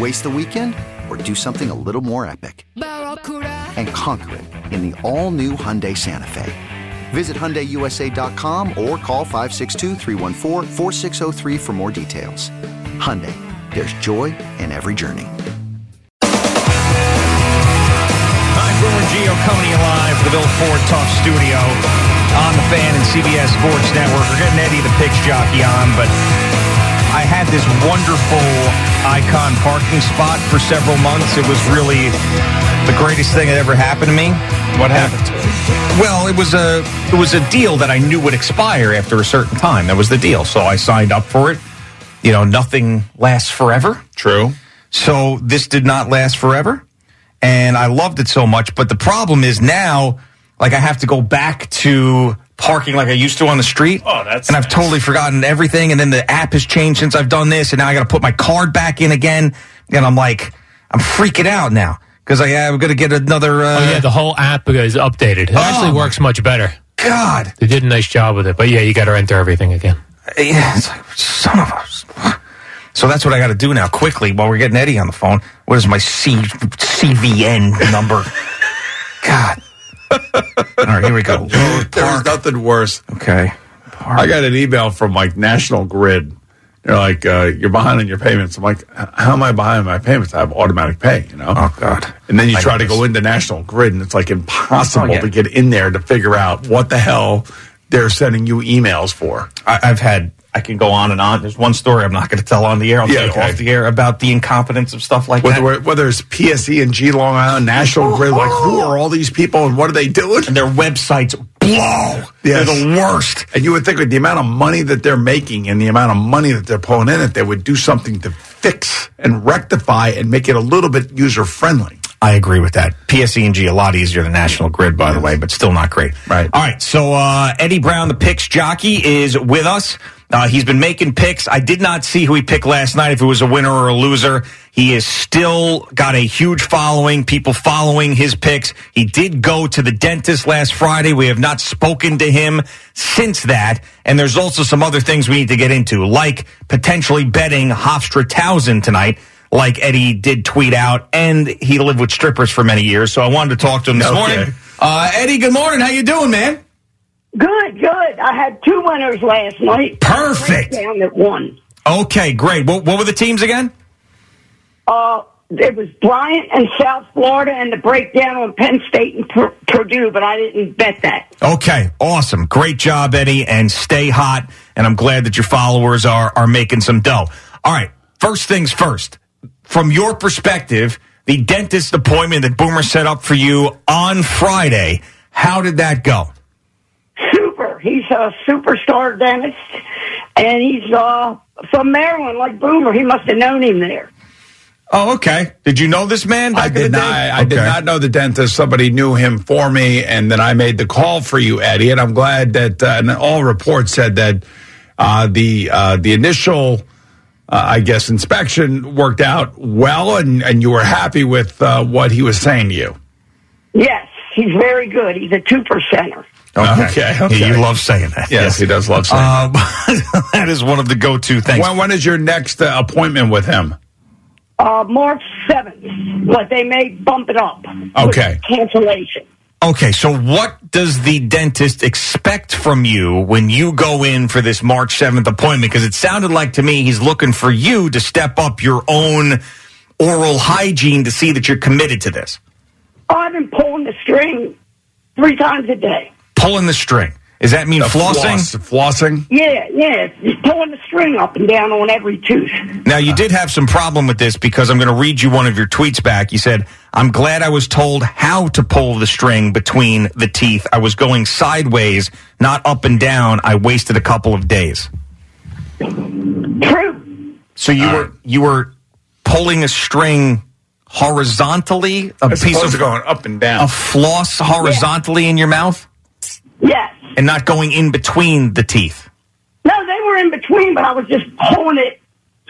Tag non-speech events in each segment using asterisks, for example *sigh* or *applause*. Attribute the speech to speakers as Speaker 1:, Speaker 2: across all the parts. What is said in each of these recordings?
Speaker 1: Waste the weekend or do something a little more epic
Speaker 2: Barracuda.
Speaker 1: and conquer it in the all new Hyundai Santa Fe? Visit HyundaiUSA.com or call 562-314-4603 for more details. Hyundai, there's joy in every journey.
Speaker 3: Hi, Brewer and Geo coming to you live from the Bill Ford Talk Studio on the Fan and CBS Sports Network. We're getting Eddie the pitch jockey on, but I had this wonderful icon parking spot for several months. It was really the greatest thing that ever happened to me. What happened? Well, it was a it was a deal that I knew would expire after a certain time. That was the deal, so I signed up for it. You know, nothing lasts forever.
Speaker 4: True.
Speaker 3: So this did not last forever. And I loved it so much. But the problem is now, like, I have to go back to parking like I used to on the street.
Speaker 4: Oh, that's
Speaker 3: And I've
Speaker 4: nice.
Speaker 3: totally forgotten everything. And then the app has changed since I've done this. And now I got to put my card back in again. And I'm like, I'm freaking out now because
Speaker 4: oh,
Speaker 3: I'm going to get another. Uh,
Speaker 5: Oh yeah, the whole app is updated. It
Speaker 4: Oh.
Speaker 5: actually works much better.
Speaker 3: God.
Speaker 5: They did a nice job with it, but yeah, you got to enter everything again.
Speaker 3: Yeah, it's like, son of a. So that's what I got to do now quickly while we're getting Eddie on the phone. What is my C- CVN number? God. All right, here we
Speaker 4: *laughs*
Speaker 3: go. Lower
Speaker 4: There's
Speaker 3: park.
Speaker 4: nothing worse.
Speaker 3: Okay. Park.
Speaker 4: I got an email from like National Grid. They're like, uh, you're behind on your payments. I'm like, "H- how am I behind on my payments? I have automatic pay, you know?
Speaker 3: Oh, God.
Speaker 4: And then you
Speaker 3: I
Speaker 4: try
Speaker 3: know
Speaker 4: to go
Speaker 3: this.
Speaker 4: into National Grid, and it's like impossible
Speaker 3: Oh, yeah.
Speaker 4: to get in there to figure out what the hell they're sending you emails for.
Speaker 3: I, I've had. I can go on and on. There's one story I'm not going to tell on the air. I'll
Speaker 4: Yeah,
Speaker 3: take it
Speaker 4: okay.
Speaker 3: off the air about the incompetence of stuff like that. Oh,
Speaker 4: Whether, whether it's PSE and G Long Island, National Grid, like who are all these people and what are they doing?
Speaker 3: And their websites blow.
Speaker 4: Yes.
Speaker 3: They're the worst.
Speaker 4: And you would think with the amount of money that they're making and the amount of money that they're pulling in, that they would do something to fix and rectify and make it a little bit user friendly.
Speaker 3: I agree with that. PSE&G a lot easier than National Grid, by the way, but still not great.
Speaker 4: Right.
Speaker 3: All right. So uh, Eddie Brown, the picks jockey, is with us. Uh, he's been making picks. I did not see who he picked last night, if it was a winner or a loser. He is still got a huge following, people following his picks. He did go to the dentist last Friday. We have not spoken to him since that. And there's also some other things we need to get into, like potentially betting Hofstra-Towson tonight like Eddie did tweet out, and he lived with strippers for many years. So I wanted to talk to him this
Speaker 4: Okay.
Speaker 3: morning. Uh, Eddie, good morning. How you doing, man?
Speaker 6: Good, good. I had two winners last night.
Speaker 3: Perfect.
Speaker 6: Down at one.
Speaker 3: Okay, great. What, what were the teams again?
Speaker 6: Uh, it was Bryant and South Florida and the breakdown on Penn State and Pur- Purdue, but I didn't bet that.
Speaker 3: Okay, awesome. Great job, Eddie, and stay hot. And I'm glad that your followers are are making some dough. All right, first things first. From your perspective, the dentist appointment that Boomer set up for you on Friday, how did that go?
Speaker 6: Super. He's a superstar dentist, and he's uh, from Maryland, like Boomer. He must have known him there.
Speaker 3: Oh, okay. Did you know this man? back
Speaker 4: I
Speaker 3: in
Speaker 4: did
Speaker 3: the
Speaker 4: not.
Speaker 3: day?
Speaker 4: I, I did
Speaker 3: Okay.
Speaker 4: not know the dentist. Somebody knew him for me, and then I made the call for you, Eddie. And I'm glad that. Uh, and all reports said that uh, the uh, the initial, uh, I guess, inspection worked out well, and and you were happy with uh, what he was saying to you.
Speaker 6: Yes, he's very good. He's a two percenter.
Speaker 3: Okay.
Speaker 4: Okay, okay.
Speaker 3: Yeah, you love saying that.
Speaker 4: Yes, he does love saying.
Speaker 3: Um,
Speaker 4: *laughs*
Speaker 3: that is one of the go-to things.
Speaker 4: when, when is your next uh, appointment with him?
Speaker 6: Uh, March seventh, but they may bump it up. with
Speaker 4: Okay.
Speaker 6: Cancellation.
Speaker 3: okay, so what does the dentist expect from you when you go in for this March 7th appointment? Because it sounded like to me he's looking for you to step up your own oral hygiene to see that you're committed to this.
Speaker 6: I've been pulling the string three times a day.
Speaker 3: Pulling the string. Does that mean flossing?
Speaker 4: Uh, Floss- flossing.
Speaker 6: Yeah, yeah, you're pulling the string up and down on every tooth.
Speaker 3: Now, you did have some problem with this because I'm going to read you one of your tweets back. You said, I'm glad I was told how to pull the string between the teeth. I was going sideways, not up and down. I wasted a couple of days.
Speaker 6: True.
Speaker 3: So you
Speaker 4: Uh,
Speaker 3: were you were pulling a string horizontally, a
Speaker 4: As
Speaker 3: piece
Speaker 4: opposed
Speaker 3: of
Speaker 4: to going up and down.
Speaker 3: a floss horizontally in your mouth,
Speaker 6: Yes.
Speaker 3: and not going in between the teeth.
Speaker 6: No, they were in between, but I was just pulling it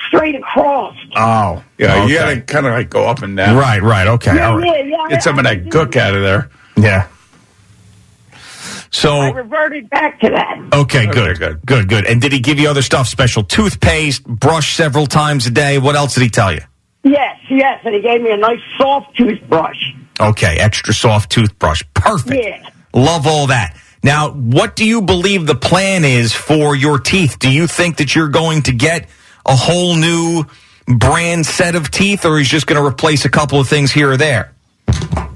Speaker 6: straight across.
Speaker 3: Oh,
Speaker 4: yeah, you got to kind of like go up and down.
Speaker 3: right, right, okay,
Speaker 6: Yeah,
Speaker 3: all right,
Speaker 6: yeah, yeah, I-
Speaker 4: Get some of
Speaker 6: I
Speaker 4: that
Speaker 6: did.
Speaker 4: gook out of there.
Speaker 3: yeah.
Speaker 6: I
Speaker 3: So
Speaker 6: reverted back to that.
Speaker 3: okay,
Speaker 4: Okay,
Speaker 3: good,
Speaker 4: good.
Speaker 3: good, good, good. And did he give you other stuff? Special toothpaste, brush several times a day. What else did he tell you?
Speaker 6: Yes, yes, and he gave me a nice soft toothbrush.
Speaker 3: Okay, extra soft toothbrush. Perfect.
Speaker 6: Yeah.
Speaker 3: Love all that. Now, what do you believe the plan is for your teeth? Do you think that you're going to get a whole new brand set of teeth, or he's just going to replace a couple of things here or there?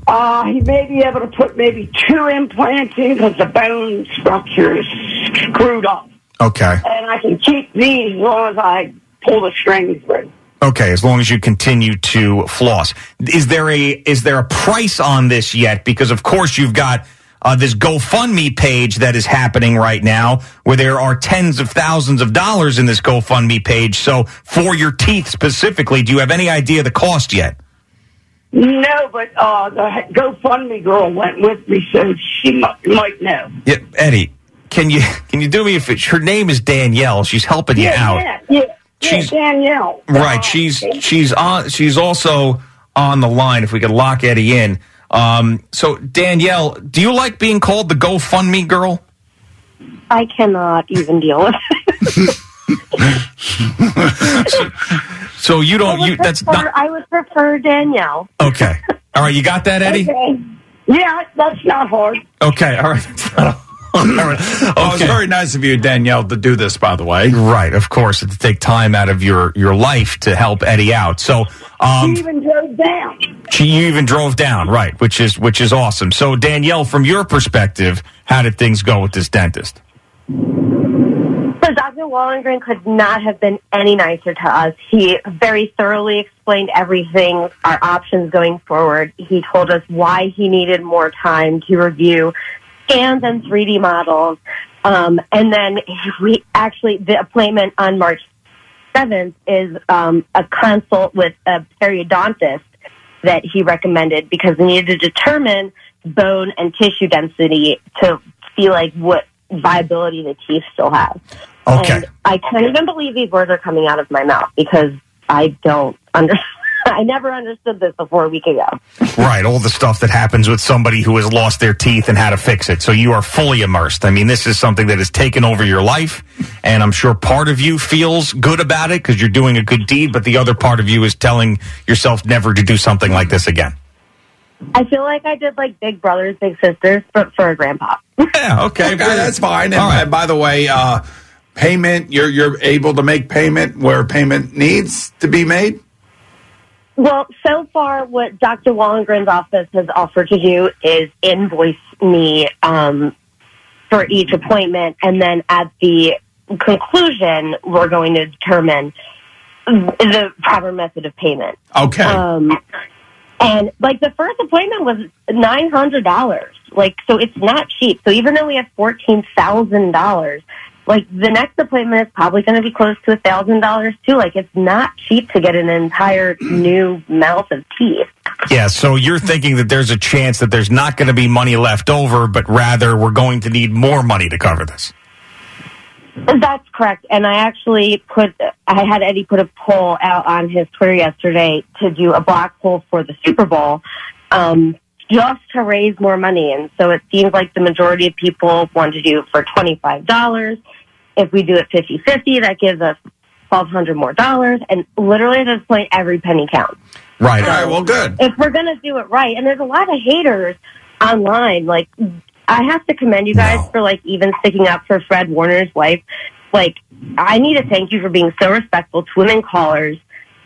Speaker 6: Uh, he may be able to put maybe two implants in because the bone structure is screwed up.
Speaker 3: Okay.
Speaker 6: And I can keep these as long as I pull the string through.
Speaker 3: Okay, as long as you continue to floss. Is there a is there a price on this yet? Because of course you've got uh, this GoFundMe page that is happening right now, where there are tens of thousands of dollars in this GoFundMe page. So for your teeth specifically, do you have any idea the cost yet?
Speaker 6: No, but uh, the GoFundMe girl went with me, so she might, might know.
Speaker 3: Yeah, Eddie, can you *laughs* can you do me a favor? Her name is Danielle. She's helping you out.
Speaker 6: yeah, yeah, yeah,
Speaker 3: Oh. She's-
Speaker 6: Danielle. Uh,
Speaker 3: Right. She's she's on. She's also on the line. If we could lock Eddie in. Um, so Danielle, do you like being called the GoFundMe girl?
Speaker 2: I cannot even deal with it.
Speaker 3: So you
Speaker 2: I
Speaker 3: don't.
Speaker 2: would *laughs*
Speaker 3: You *laughs* that's
Speaker 2: prefer-
Speaker 3: not
Speaker 2: I would prefer Danielle.
Speaker 3: okay. All right, you got that, Eddie?
Speaker 6: Okay. Yeah, that's not hard.
Speaker 3: Okay. All right.
Speaker 4: *laughs*
Speaker 3: That's not a- all right.
Speaker 4: Oh, it's
Speaker 3: Okay.
Speaker 4: very nice of you, Danielle, to do this. By the way,
Speaker 3: Right, of course, to take time out of your your life to help Eddie out. So, um,
Speaker 6: She even drove down.
Speaker 3: She, you even drove down, right? Which is which is awesome. So Danielle, from your perspective, how did things go with this dentist?
Speaker 2: So Dr. Wallengren could not have been any nicer to us. He very thoroughly explained everything, our options going forward. He told us why he needed more time to review scans and 3D models. Um, and then we actually, the appointment on March 7th is um, a consult with a periodontist that he recommended because we needed to determine bone and tissue density to see like what viability the teeth still have.
Speaker 3: Okay.
Speaker 2: And I can't even believe these words are coming out of my mouth because I don't understand. *laughs* I never understood this before a week ago.
Speaker 3: Right, all the stuff that happens with somebody who has lost their teeth and how to fix it. So you are fully immersed. I mean, this is something that has taken over your life, and I'm sure part of you feels good about it because you're doing a good deed, but the other part of you is telling yourself never to do something like this again.
Speaker 2: I feel like I did like Big Brothers, Big Sisters, but for a grandpa.
Speaker 3: Yeah, okay.
Speaker 4: okay, that's fine. And,
Speaker 3: All right.
Speaker 4: and by the way, uh, payment you're you're able to make payment where payment needs to be made.
Speaker 2: Well, so far, what Dr. Wallengren's office has offered to do is invoice me um, for each appointment, and then at the conclusion, we're going to determine the proper method of payment.
Speaker 4: Okay,
Speaker 2: Um, and like the first appointment was nine hundred dollars. Like so, it's not cheap. So even though we have fourteen thousand dollars, like the next appointment is probably going to be close to a thousand dollars too. Like it's not cheap to get an entire new mouth of teeth.
Speaker 3: Yeah, so you're thinking that there's a chance that there's not going to be money left over, but rather we're going to need more money to cover this.
Speaker 2: That's correct. And I actually put, I had Eddie put a poll out on his Twitter yesterday to do a block poll for the Super Bowl, um, just to raise more money. And so it seems like the majority of people want to do it for $25. If we do it 50-50, that gives us 1200 more dollars. And literally at this point, every penny counts
Speaker 3: Right.
Speaker 4: all right. Well, good.
Speaker 2: if we're gonna do it right, and there's a lot of haters online. Like, I have to commend you guys
Speaker 3: No.
Speaker 2: for like even sticking up for Fred Warner's wife. Like, I need to thank you for being so respectful to women callers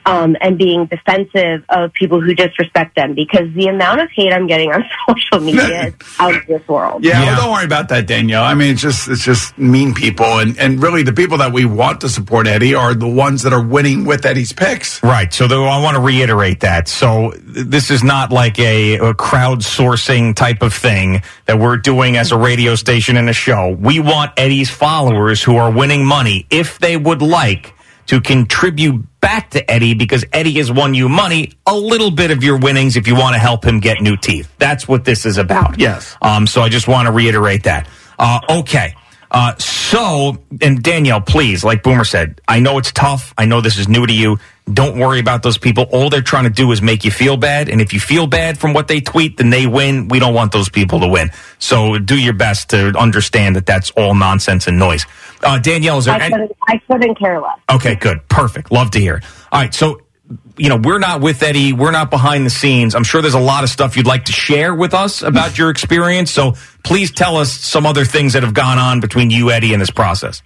Speaker 2: um, and being defensive of people who disrespect them because the amount of hate I'm getting on *laughs* social media is out of this world.
Speaker 4: Yeah, well, don't worry about that, Danielle. I mean, it's just it's just mean people, and and really the people that we want to support Eddie are the ones that are winning with Eddie's picks.
Speaker 3: Right. So though I want to reiterate that. So th- this is not like a, a crowdsourcing type of thing that we're doing as a radio station and a show. We want Eddie's followers who are winning money, if they would like, to contribute back to Eddie because Eddie has won you money, a little bit of your winnings if you want to help him get new teeth. That's what this is about.
Speaker 4: Yes.
Speaker 3: Um, so I just want to reiterate that. Uh, okay. Uh, so, and Danielle, please, like Boomer said, I know it's tough. I know this is new to you. Don't worry about those people. All they're trying to do is make you feel bad. And if you feel bad from what they tweet, then they win. We don't want those people to win. So do your best to understand that that's all nonsense and noise. Uh, Danielle, is there
Speaker 2: I
Speaker 3: any-
Speaker 2: couldn't, I couldn't care less.
Speaker 3: Okay, good. Perfect. Love to hear. it. All right. So, you know, we're not with Eddie. We're not behind the scenes. I'm sure there's a lot of stuff you'd like to share with us about your experience. So please tell us some other things that have gone on between you, Eddie, and this process.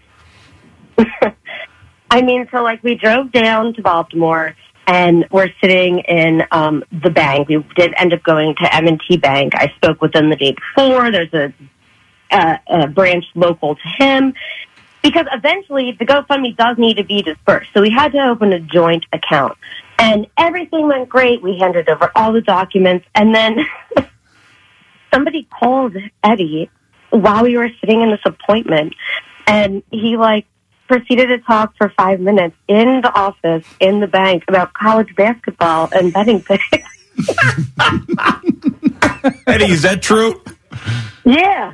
Speaker 2: I mean, so like we drove down to Baltimore and we're sitting in um, the bank. We did end up going to M&T Bank. I spoke with them the day before. There's a, uh, a branch local to him because eventually the GoFundMe does need to be dispersed. So we had to open a joint account and everything went great. We handed over all the documents and then *laughs* somebody called Eddie while we were sitting in this appointment and he like proceeded to talk for five minutes in the office in the bank about college basketball and
Speaker 3: *laughs*
Speaker 2: betting picks.
Speaker 3: Eddie, is that true?
Speaker 6: Yeah.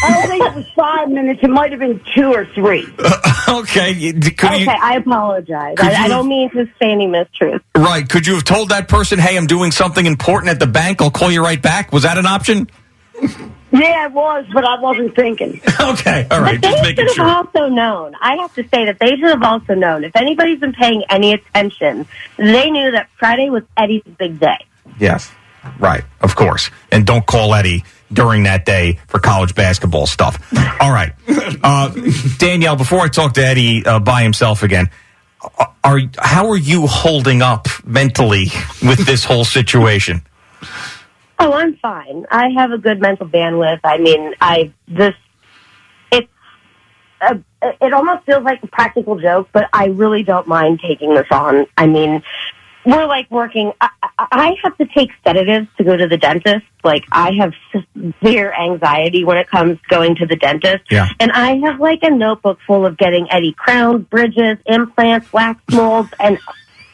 Speaker 6: I don't think it was five minutes. It might have been two or three.
Speaker 3: *laughs* okay. you- Could
Speaker 2: Okay,
Speaker 3: you,
Speaker 2: I apologize.
Speaker 3: Could
Speaker 2: I, I
Speaker 3: you-
Speaker 2: don't mean to say any mistruth.
Speaker 3: right. Could you have told that person, hey, I'm doing something important at the bank. I'll call you right back? Was that an option? *laughs*
Speaker 6: Yeah, it was, but I wasn't thinking.
Speaker 3: okay. All right.
Speaker 2: But they
Speaker 3: Just
Speaker 2: should
Speaker 3: making
Speaker 2: have
Speaker 3: sure.
Speaker 2: also known. I have to say that they should have also known. If anybody's been paying any attention, they knew that Friday was Eddie's big day.
Speaker 3: Yes. Right. Of course. And don't call Eddie during that day for college basketball stuff. All right. Uh, Danielle, before I talk to Eddie uh, by himself again, are how are you holding up mentally with this whole situation?
Speaker 2: Oh, I'm fine. I have a good mental bandwidth. I mean, I this it's a, it almost feels like a practical joke, but I really don't mind taking this on. I mean, we're like working. I, I- I have to take sedatives to go to the dentist. Like I have severe anxiety when it comes going to the dentist.
Speaker 3: Yeah.
Speaker 2: And I have like a notebook full of getting Eddie crowns, bridges, implants, wax molds, and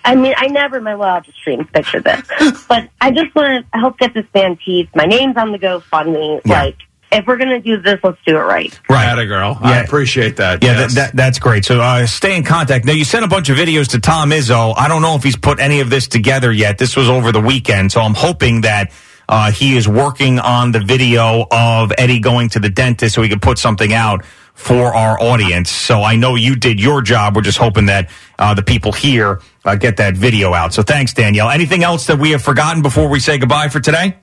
Speaker 2: I mean, I never in my wildest dreams pictured this. But I just want to help get this man teeth. My name's on the GoFundMe.
Speaker 3: Yeah.
Speaker 2: Like, if we're gonna do this, let's do it right.
Speaker 3: Right.
Speaker 4: Atta girl. I
Speaker 3: Yeah.
Speaker 4: appreciate that.
Speaker 3: Yeah,
Speaker 4: Yes.
Speaker 3: that, that, that's great. So uh, stay in contact. Now, you sent a bunch of videos to Tom Izzo. I don't know if he's put any of this together yet. This was over the weekend, so I'm hoping that uh, he is working on the video of Eddie going to the dentist so he can put something out for our audience. So I know you did your job. We're just hoping that uh, the people here uh, get that video out. So thanks, Danielle. Anything else that we have forgotten before we say goodbye for today?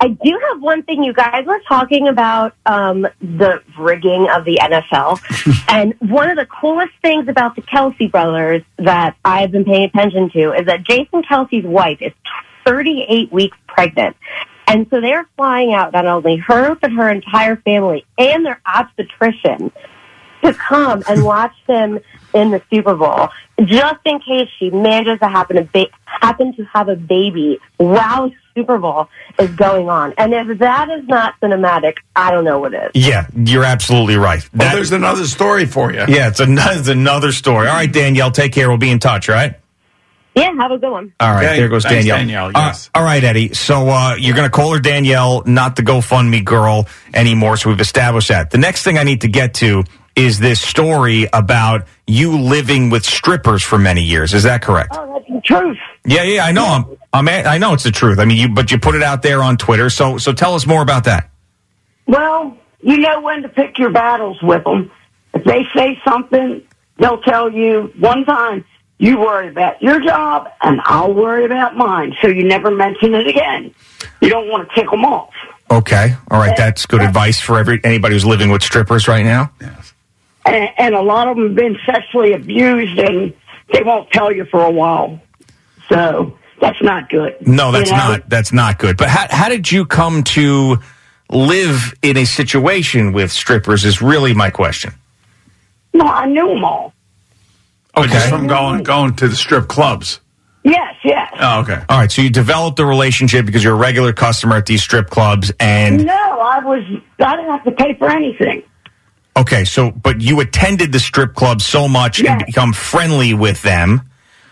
Speaker 2: I do have one thing. You guys were talking about um, the rigging of the NFL, and one of the coolest things about the Kelsey brothers that I've been paying attention to is that Jason Kelsey's wife is 38 weeks pregnant, and so they're flying out not only her but her entire family and their obstetrician to come and watch them in the Super Bowl, just in case she manages to happen to ba- happen to have a baby while Super Bowl is going on. And if that is not cinematic, I don't know what is.
Speaker 3: Yeah, you're absolutely right.
Speaker 4: Well, Oh, there's another story for you.
Speaker 3: yeah, it's another, *laughs* it's another story. All right, Danielle, take care. We'll be in touch, all right?
Speaker 2: Yeah, have a good one.
Speaker 3: All right,
Speaker 4: Okay.
Speaker 3: there goes
Speaker 4: Thanks,
Speaker 3: Danielle.
Speaker 4: Danielle,
Speaker 3: All-
Speaker 4: yes.
Speaker 3: all right, Eddie. So uh, you're going to call her Danielle, not the GoFundMe girl anymore. So we've established that. The next thing I need to get to is this story about you living with strippers for many years. Is that correct?
Speaker 6: Oh, that's the truth.
Speaker 3: Yeah, yeah. I know. I'm, I'm. a- I know it's the truth. I mean, you. But you put it out there on Twitter. So, so tell us more about that.
Speaker 6: Well, you know when to pick your battles with them. If they say something, they'll tell you one time, you worry about your job and I'll worry about mine. So you never mention it again. You don't want to tick them off.
Speaker 3: Okay. All right. That's good advice for every anybody who's living with strippers right now.
Speaker 6: And, and a lot of them have been sexually abused and they won't tell you for a while. So that's not good.
Speaker 3: No, that's
Speaker 6: You know?
Speaker 3: not that's not good. But how how did you come to live in a situation with strippers? Is really my question.
Speaker 6: No, I knew them all.
Speaker 4: Okay. Oh, Just from going going to the strip clubs.
Speaker 6: Yes, yes.
Speaker 4: Oh, okay.
Speaker 3: All right, so you developed a relationship because you're a regular customer at these strip clubs, and
Speaker 6: no, I was. I didn't have to pay for anything.
Speaker 3: okay, so but you attended the strip club so much and
Speaker 6: Yes.
Speaker 3: become friendly with them,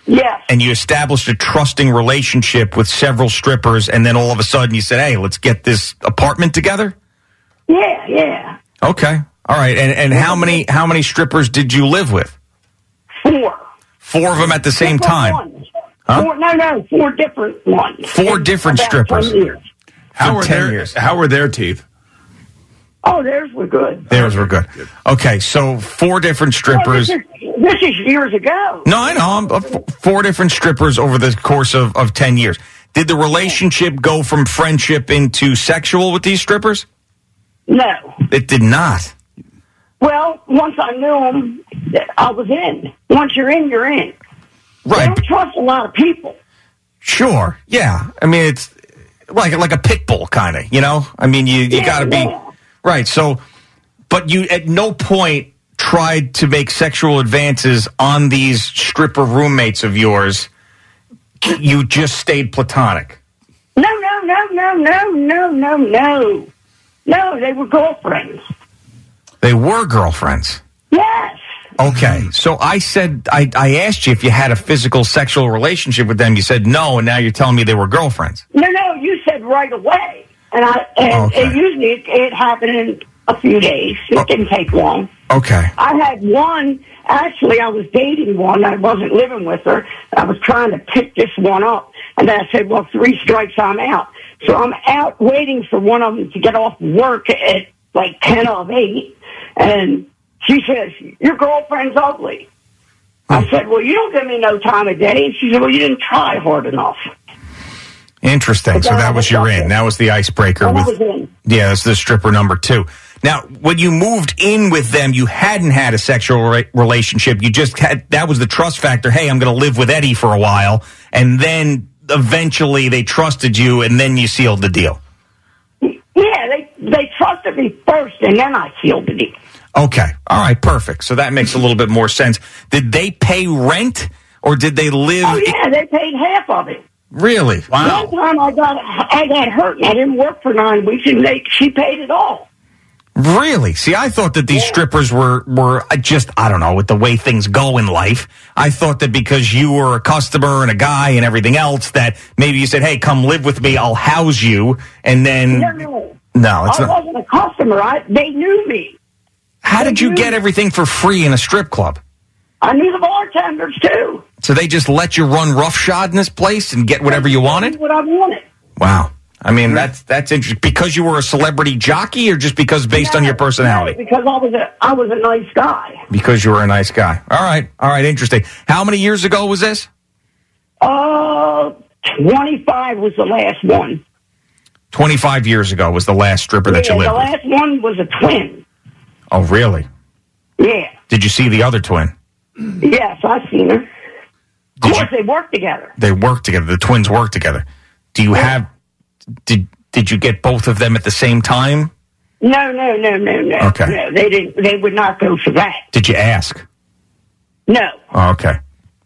Speaker 6: Yes.
Speaker 3: and you established a trusting relationship with several strippers, and then all of a sudden you said, "Hey, let's get this apartment together."
Speaker 6: yeah, yeah.
Speaker 3: Okay, all right, and and how many how many strippers did you live with?
Speaker 6: Four.
Speaker 3: Four of them at the same
Speaker 6: Different
Speaker 3: time.
Speaker 6: ones. Four, no, no, four different ones.
Speaker 3: Four
Speaker 6: In
Speaker 3: different
Speaker 6: about
Speaker 3: strippers.
Speaker 6: 10 years.
Speaker 4: How
Speaker 3: For
Speaker 4: were
Speaker 3: 10
Speaker 4: their
Speaker 3: years.
Speaker 4: How were their teeth?
Speaker 6: Oh, theirs were good.
Speaker 3: Theirs were good. Okay, so four different
Speaker 6: Oh, this,
Speaker 3: strippers.
Speaker 6: is, this is years ago.
Speaker 3: No, I know. I'm, uh, f- four different strippers over the course of, of 10 years. Did the relationship go from friendship into sexual with these strippers?
Speaker 6: No.
Speaker 3: It did not.
Speaker 6: Well, once I knew them, I was in. Once you're in, you're in. I
Speaker 3: Right.
Speaker 6: don't trust a lot of people.
Speaker 3: Sure. Yeah. I mean, it's like like a pit bull kind of, you know? I mean, you, you
Speaker 6: Yeah,
Speaker 3: got to be.
Speaker 6: yeah.
Speaker 3: Right. So, but you at no point tried to make sexual advances on these stripper roommates of yours. You just stayed platonic.
Speaker 6: No, no, no, no, no, no, no, no. No, they were girlfriends.
Speaker 3: They were girlfriends.
Speaker 6: Yes.
Speaker 3: Okay. So I said, I, I asked you if you had a physical sexual relationship with them. You said no, and now you're telling me they were girlfriends.
Speaker 6: No, no, you said right away. And I and
Speaker 3: Okay. Oh.
Speaker 6: it usually it, it happened in a few days. It didn't take long.
Speaker 3: Okay.
Speaker 6: I had one. Actually, I was dating one. I wasn't living with her. I was trying to pick this one up, and I said, "Well, three strikes, I'm out." So I'm out waiting for one of them to get off work at like ten of eight, and she says, "Your girlfriend's ugly."
Speaker 3: Hmm.
Speaker 6: I said, "Well, you don't give me no time of day," and she said, "Well, you didn't try hard enough."
Speaker 3: Interesting. So that was your in. That was the icebreaker
Speaker 6: And I was
Speaker 3: with.
Speaker 6: in.
Speaker 3: Yeah, that's the stripper number two. Now, when you moved in with them, you hadn't had a sexual re- relationship. You just had that was the trust factor. Hey, I'm going to live with Eddie for a while, and then eventually they trusted you, and then you sealed the deal.
Speaker 6: Yeah, they they trusted me first, and then I sealed the deal.
Speaker 3: Okay. All right. Perfect. So that makes a little bit more sense. Did they pay rent or did they live?
Speaker 6: Oh yeah, they paid half of it.
Speaker 3: Really?
Speaker 4: Wow.
Speaker 6: One time I got I got hurt and I didn't work for nine weeks and they she paid it all.
Speaker 3: Really? See, I thought that these strippers were were uh, just I don't know with the way things go in life. I thought that because you were a customer and a guy and everything else, that maybe you said, "Hey, come live with me. I'll house you," and then
Speaker 6: No, no,
Speaker 3: No, it's
Speaker 6: I
Speaker 3: not.
Speaker 6: wasn't a customer. I they knew me.
Speaker 3: How did you get everything for free in a strip club?
Speaker 6: I knew the bartenders too.
Speaker 3: So they just let you run roughshod in this place and get whatever you
Speaker 6: I
Speaker 3: wanted?
Speaker 6: knew what I wanted.
Speaker 3: Wow. I mean, that's that's interesting. Because you were a celebrity jockey, or just because based on your
Speaker 6: No,
Speaker 3: personality?
Speaker 6: no, because I was a I was a nice guy.
Speaker 3: Because you were a nice guy. All right, all right, interesting. How many years ago was this?
Speaker 6: Uh, twenty five was the last one.
Speaker 3: 25 years ago was the last stripper that you
Speaker 6: yeah,
Speaker 3: lived
Speaker 6: the
Speaker 3: with.
Speaker 6: last one was a twin.
Speaker 3: Oh, really?
Speaker 6: Yeah.
Speaker 3: Did you see the other twin?
Speaker 6: Yes, I seen her.
Speaker 3: Did
Speaker 6: of course,
Speaker 3: you-
Speaker 6: they worked together.
Speaker 3: They worked together. The twins worked together. Do you have did did you get both of them at the same time?
Speaker 6: No, no, no, no, no.
Speaker 3: Okay.
Speaker 6: No, they didn't. They would not go for that.
Speaker 3: Did you ask?
Speaker 6: No.
Speaker 3: Oh, okay. I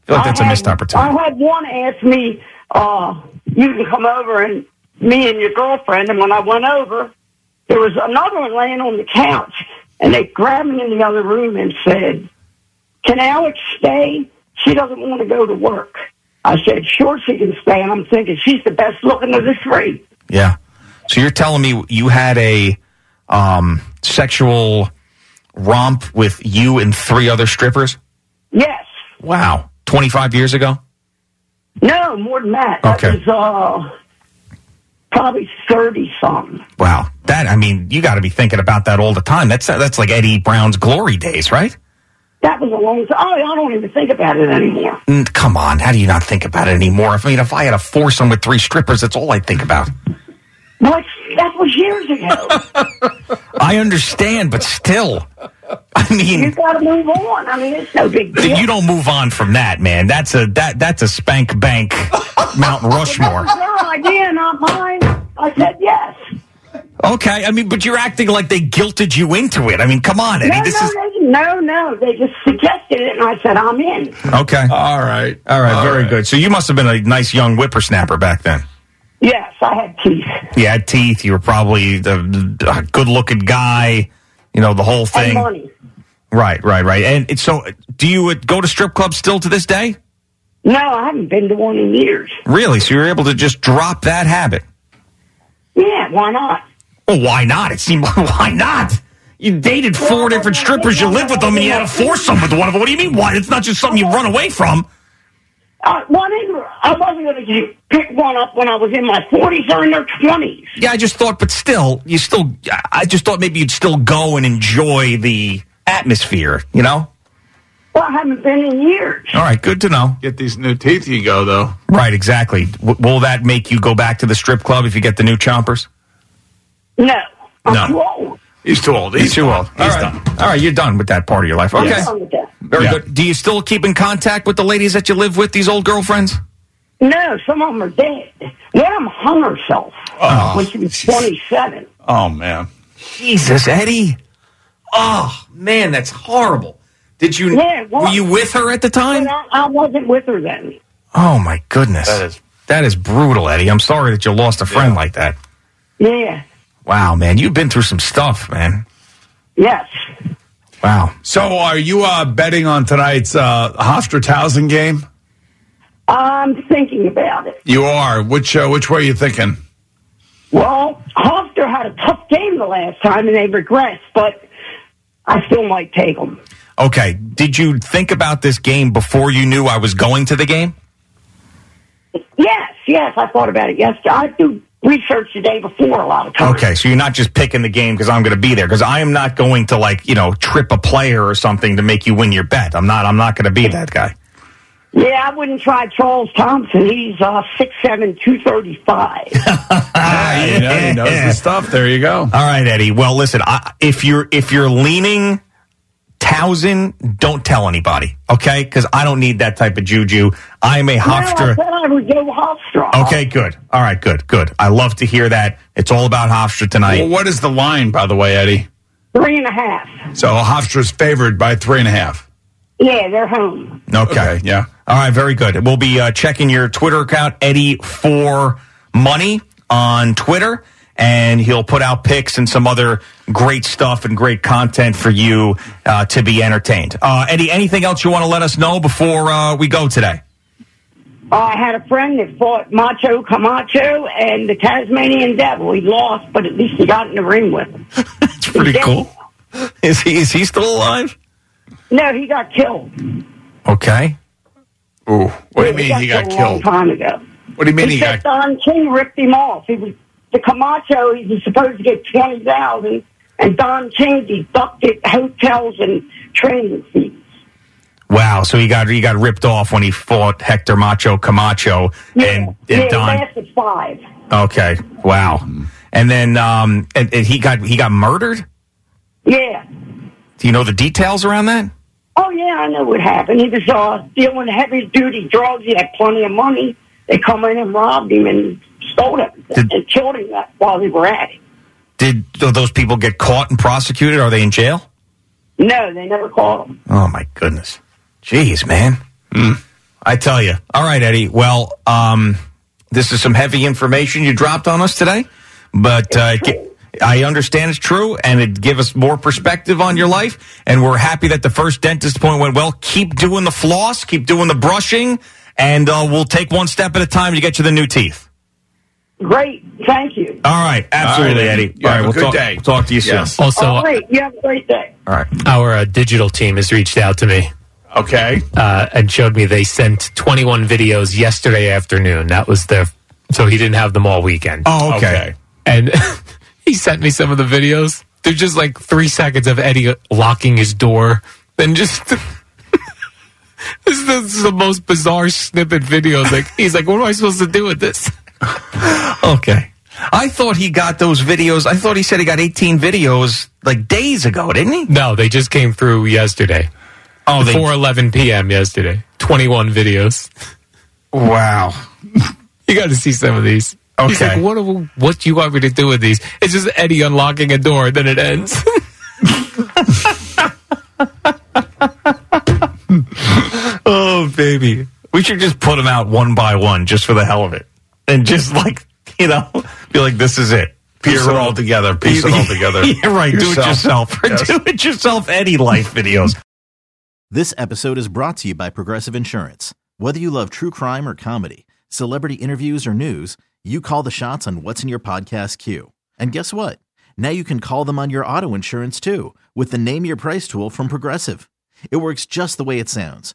Speaker 3: feel like that's
Speaker 6: I
Speaker 3: a
Speaker 6: had-
Speaker 3: missed opportunity.
Speaker 6: I had one ask me, uh, you can come over and me and your girlfriend. And when I went over, there was another one laying on the couch. And they grabbed me in the other room and said, Can Alex stay? She doesn't want to go to work. I said, Sure, she can stay. And I'm thinking, She's the best looking of the three.
Speaker 3: Yeah. So you're telling me you had a um, sexual romp with you and three other strippers?
Speaker 6: Yes.
Speaker 3: Wow. 25 years ago?
Speaker 6: No, more than that.
Speaker 3: Okay.
Speaker 6: That was uh, probably 30 something.
Speaker 3: Wow. That I mean, you got to be thinking about that all the time. That's that's like Eddie Brown's glory days, right?
Speaker 6: That was a long time. Oh, I don't even think about it anymore.
Speaker 3: Mm, Come on, how do you not think about it anymore? If- I mean, if I had a foursome with three strippers, that's all I think about.
Speaker 6: Well, that was years ago.
Speaker 3: I understand, but still, *laughs* I mean,
Speaker 6: You got to move on. I mean, it's no big deal.
Speaker 3: Then you don't move on from that, man. That's a that that's a spank bank Mount Rushmore.
Speaker 6: That was their idea, not mine. I said yes.
Speaker 3: Okay, I mean, but you're acting like they guilted you into it. I mean, come on, Eddie.
Speaker 6: No,
Speaker 3: this
Speaker 6: no,
Speaker 3: is
Speaker 6: they, no, no. They just suggested it, and I said I'm in.
Speaker 3: okay.
Speaker 4: All right.
Speaker 3: All right, very good. So you must have been a nice young whippersnapper back then.
Speaker 6: Yes, I had teeth.
Speaker 3: You had teeth. You were probably the, a good-looking guy. You know the whole
Speaker 6: And
Speaker 3: thing.
Speaker 6: money.
Speaker 3: Right, right, right. And it's- so, do you uh, go to strip clubs still to this day?
Speaker 6: No, I haven't been to one in years.
Speaker 3: Really? So you're able to just drop that habit?
Speaker 6: Yeah, why not?
Speaker 3: Well, why not? It seemed *laughs* like, why not? You dated four different *laughs* strippers, you lived with them, and you had a foursome with one of them. What do you mean, why? It's not just something you run away from.
Speaker 6: I, Uh, well, I, didn't, I wasn't going to pick one up when I was in my 40s or in their 20s.
Speaker 3: Yeah, I just thought, but still, you still, I just thought maybe you'd still go and enjoy the atmosphere, you know?
Speaker 6: Well, I haven't been in years.
Speaker 3: All right, good to know.
Speaker 4: Get these new teeth you go, though.
Speaker 3: Right, exactly. W- will that make you go back to the strip club if you get the new chompers?
Speaker 6: No. I'm
Speaker 3: No.
Speaker 6: too old.
Speaker 4: He's too old.
Speaker 3: He's too old.
Speaker 4: All
Speaker 3: He's
Speaker 4: right.
Speaker 3: done. All right, you're done with that part of your life. Okay.
Speaker 6: I'm done with that.
Speaker 3: Very
Speaker 4: Yeah.
Speaker 3: good. Do you still keep in contact with the ladies that you live with, these old girlfriends?
Speaker 6: No, some of them are dead. One of them hung herself
Speaker 3: Oh.
Speaker 6: when she was
Speaker 3: *laughs*
Speaker 6: 27.
Speaker 4: Oh man.
Speaker 3: Jesus, Eddie. Oh, man, that's horrible. Did you
Speaker 6: Yeah, well-
Speaker 3: were you with her at the time?
Speaker 6: And I, I wasn't with her then.
Speaker 3: Oh my goodness.
Speaker 4: That is-
Speaker 3: that is brutal, Eddie. I'm sorry that you lost a friend like that.
Speaker 6: Yeah.
Speaker 3: Wow, man, you've been through some stuff, man.
Speaker 6: Yes.
Speaker 3: Wow.
Speaker 4: So are you uh, betting on tonight's uh, Hofstra-Towson game?
Speaker 6: I'm thinking about it.
Speaker 4: You are. Which uh, which way are you thinking?
Speaker 6: Well, Hofstra had a tough game the last time, and they regressed, but I still might take them.
Speaker 3: Okay, did you think about this game before you knew I was going to the game?
Speaker 6: Yes, yes, I thought about it yesterday. I do research the day before a lot of times.
Speaker 3: Okay, so you're not just picking the game because I'm going to be there because I am not going to like you know trip a player or something to make you win your bet. I'm not. I'm not going to be that guy.
Speaker 6: Yeah, I wouldn't try Charles Thompson. He's uh, 6'7", 235.
Speaker 4: Ah, you know, he
Speaker 3: *laughs*
Speaker 4: knows the stuff. There you go.
Speaker 3: All right, Eddie. Well, listen. I, if you're if you're leaning Towson, don't tell anybody, okay? Because I don't need that type of juju. I'm a
Speaker 6: No, I
Speaker 3: Hofstra.
Speaker 6: said I would go Hofstra.
Speaker 3: Okay, good. All right, good, good. I love to hear that. It's all about Hofstra
Speaker 4: Well,
Speaker 3: tonight.
Speaker 4: what is the line, by the way, Eddie?
Speaker 6: Three and a half.
Speaker 4: So Hofstra's favored by three and a half.
Speaker 6: Yeah, they're home.
Speaker 3: Okay.
Speaker 4: yeah.
Speaker 3: All right, very good. We'll be uh, checking your Twitter account, Eddie for Money on Twitter, and he'll put out pics and some other great stuff and great content for you uh, to be entertained. Uh, Eddie, anything else you want to let us know before uh, we go today?
Speaker 6: Uh, I had a friend that fought Macho Camacho and the Tasmanian Devil. He lost, but at least he got in the ring with him.
Speaker 3: It's pretty cool. *laughs* Is he is he still alive?
Speaker 6: No, he got killed.
Speaker 3: Okay.
Speaker 4: Ooh. What do you
Speaker 6: He
Speaker 4: mean he got
Speaker 6: a long
Speaker 4: killed?
Speaker 6: time ago.
Speaker 4: What do you mean he
Speaker 6: Except
Speaker 4: got?
Speaker 6: Don King ripped him off. He was the Camacho. He was supposed to get twenty thousand, and Don King deducted hotels and training fees.
Speaker 3: Wow. So he got he got ripped off when he fought Hector Macho Camacho and, and
Speaker 6: yeah,
Speaker 3: Don.
Speaker 6: He lasted five.
Speaker 3: Okay. Wow. And then um and, and he got he got murdered?
Speaker 6: Yeah.
Speaker 3: Do you know the details around that?
Speaker 6: Oh yeah, I know what happened. He was uh, dealing heavy duty drugs. He had plenty of money. They come in and robbed him and stole him
Speaker 3: Did-
Speaker 6: and killed him while they were at it.
Speaker 3: Did do those people get caught and prosecuted? Are they in jail?
Speaker 6: No, they never caught him.
Speaker 3: Oh my goodness. Jeez, man.
Speaker 5: Hmm.
Speaker 3: I tell you. All right, Eddie. Well, um this is some heavy information you dropped on us today, but uh, it gi- I understand it's true, and it give us more perspective on your life. And we're happy that the first dentist point went well. Keep doing the floss, keep doing the brushing, and uh, we'll take one step at a time to get you the new teeth.
Speaker 6: Great, thank you.
Speaker 3: All right, absolutely,
Speaker 4: All right, Eddie.
Speaker 3: Eddie.
Speaker 4: You
Speaker 3: All right,
Speaker 4: have a
Speaker 3: we'll
Speaker 4: good
Speaker 3: talk,
Speaker 4: day.
Speaker 3: we'll talk to you soon.
Speaker 4: Yes.
Speaker 5: Also,
Speaker 6: All right, you have a great day.
Speaker 3: All right.
Speaker 5: our uh, digital team has reached out to me
Speaker 4: Okay.
Speaker 5: uh, and showed me they sent 21 videos yesterday afternoon. That was their, so he didn't have them all weekend.
Speaker 3: Oh,
Speaker 4: Okay.
Speaker 5: and *laughs* he sent me some of the videos. They're just like three seconds of Eddie locking his door, then just. *laughs* This is- this is the most bizarre snippet videos. Like he's like, "What am I supposed to do with this?"
Speaker 3: Okay. I thought he got those videos. I thought he said he got 18 videos like days ago, didn't he?
Speaker 5: No, they just came through yesterday.
Speaker 3: Oh, they-
Speaker 5: before 11 p.m. yesterday. 21 videos.
Speaker 3: Wow.
Speaker 5: You got to see some of these. He's
Speaker 3: Okay.
Speaker 5: like, what, do- what do you want me to do with these? It's just Eddie unlocking a door, then it ends.
Speaker 3: Oh, baby. We should just put them out one by one just for the hell of it. And just like, you know, be like, this is it.
Speaker 4: Piece it all together. Piece
Speaker 3: *laughs*
Speaker 4: it all together.
Speaker 3: Yeah, right. Do it yourself. Or
Speaker 4: Yes.
Speaker 3: *laughs* do it yourself, Eddie Life videos.
Speaker 7: This episode is brought to you by Progressive Insurance. Whether you love true crime or comedy, celebrity interviews or news, you call the shots on what's in your podcast queue. And guess what? Now you can call them on your auto insurance too with the Name Your Price tool from Progressive. It works just the way it sounds.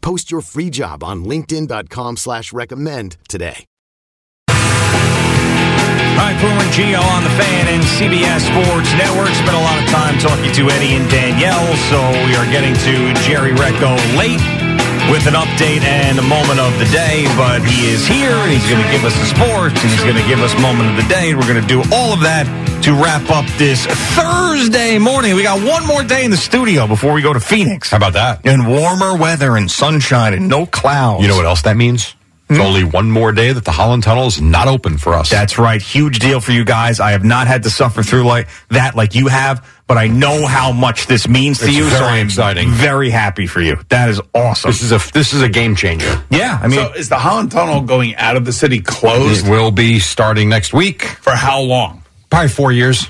Speaker 8: Post your free job on linkedin.com/recommend slash recommend today.
Speaker 3: All right, Boomer and Geo on the fan and CBS Sports Network. Spent a lot of time talking to Eddie and Danielle, so we are getting to Jerry Recco late with an update and a moment of the day. But he is here, and he's going to give us the sports, and he's going to give us moment of the day. and We're going to do all of that to wrap up this Thursday morning. We got one more day in the studio before we go to Phoenix.
Speaker 9: How about that?
Speaker 3: And warmer weather and sunshine and no clouds.
Speaker 9: You know what else that means? It's only one more day that the Holland Tunnel is not open for us.
Speaker 3: That's right. Huge deal for you guys. I have not had to suffer through like that like you have, but I know how much this means to
Speaker 9: It's
Speaker 3: you. so
Speaker 9: very
Speaker 3: I'm
Speaker 9: exciting.
Speaker 3: very happy for you. That is awesome.
Speaker 9: this is a this is a game changer.
Speaker 3: yeah, I mean,
Speaker 4: so is the Holland Tunnel going out of the city
Speaker 9: It
Speaker 4: closed
Speaker 9: will be starting next week,
Speaker 4: for how long?
Speaker 9: probably four years,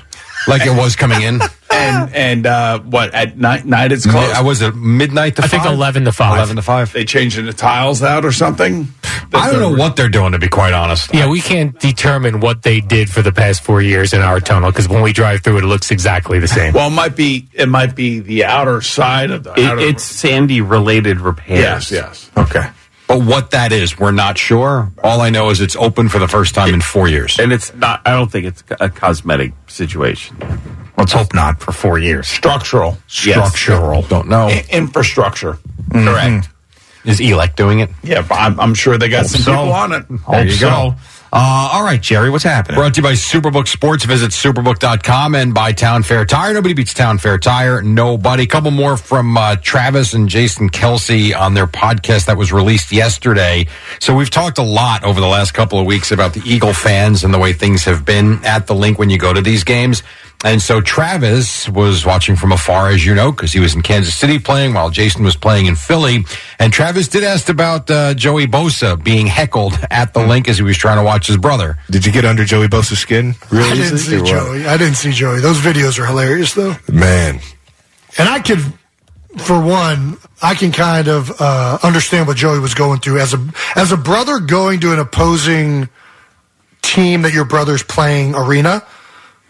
Speaker 9: like it was coming in.
Speaker 4: *laughs* And and uh, what at night? Night it's closed.
Speaker 9: I was at midnight to
Speaker 5: I
Speaker 9: five.
Speaker 5: think 11 to 5.
Speaker 9: Eleven to five.
Speaker 4: they changing the tiles out or something.
Speaker 9: I don't know what they're doing to be quite honest.
Speaker 5: Yeah, we can't determine what they did for the past four years in our tunnel because when we drive through, it looks exactly the same.
Speaker 4: Well, it might be it might be the outer side of the. outer,
Speaker 10: it's Sandy related repairs.
Speaker 4: yes, yes.
Speaker 9: Okay. But what that is, we're not sure. All I know is it's open for the first time in four years.
Speaker 10: And it's not, I don't think it's a cosmetic situation.
Speaker 3: let's hope not for four years.
Speaker 4: Structural
Speaker 9: Structural. Don't know. Mm-hmm.
Speaker 4: I- infrastructure. Correct.
Speaker 9: Is Elec doing it?
Speaker 4: Yeah, but I'm, I'm sure they got some
Speaker 3: so.
Speaker 4: people on it.
Speaker 9: There you go.
Speaker 3: Uh, all right, Jerry, what's happening?
Speaker 9: Brought to you by Superbook Sports. Visit superbook.com and by Town Fair Tire. Nobody beats Town Fair Tire. Nobody. Couple more from uh, Travis and Jason Kelsey on their podcast that was released yesterday. So we've talked a lot over the last couple of weeks about the Eagle fans and the way things have been at the link when you go to these games. And so Travis was watching from afar, as you know, because he was in Kansas City playing while Jason was playing in Philly. And Travis did ask about uh, Joey Bosa being heckled at the link as he was trying to watch his brother.
Speaker 10: Hmm. Did you get under Joey Bosa's skin? Really? I didn't see Joey.
Speaker 8: I didn't see Joey. Those videos are hilarious though.
Speaker 10: Man.
Speaker 8: And I could for one, I can kind of uh, understand what Joey was going through as a as a brother going to an opposing team that your brother's playing arena.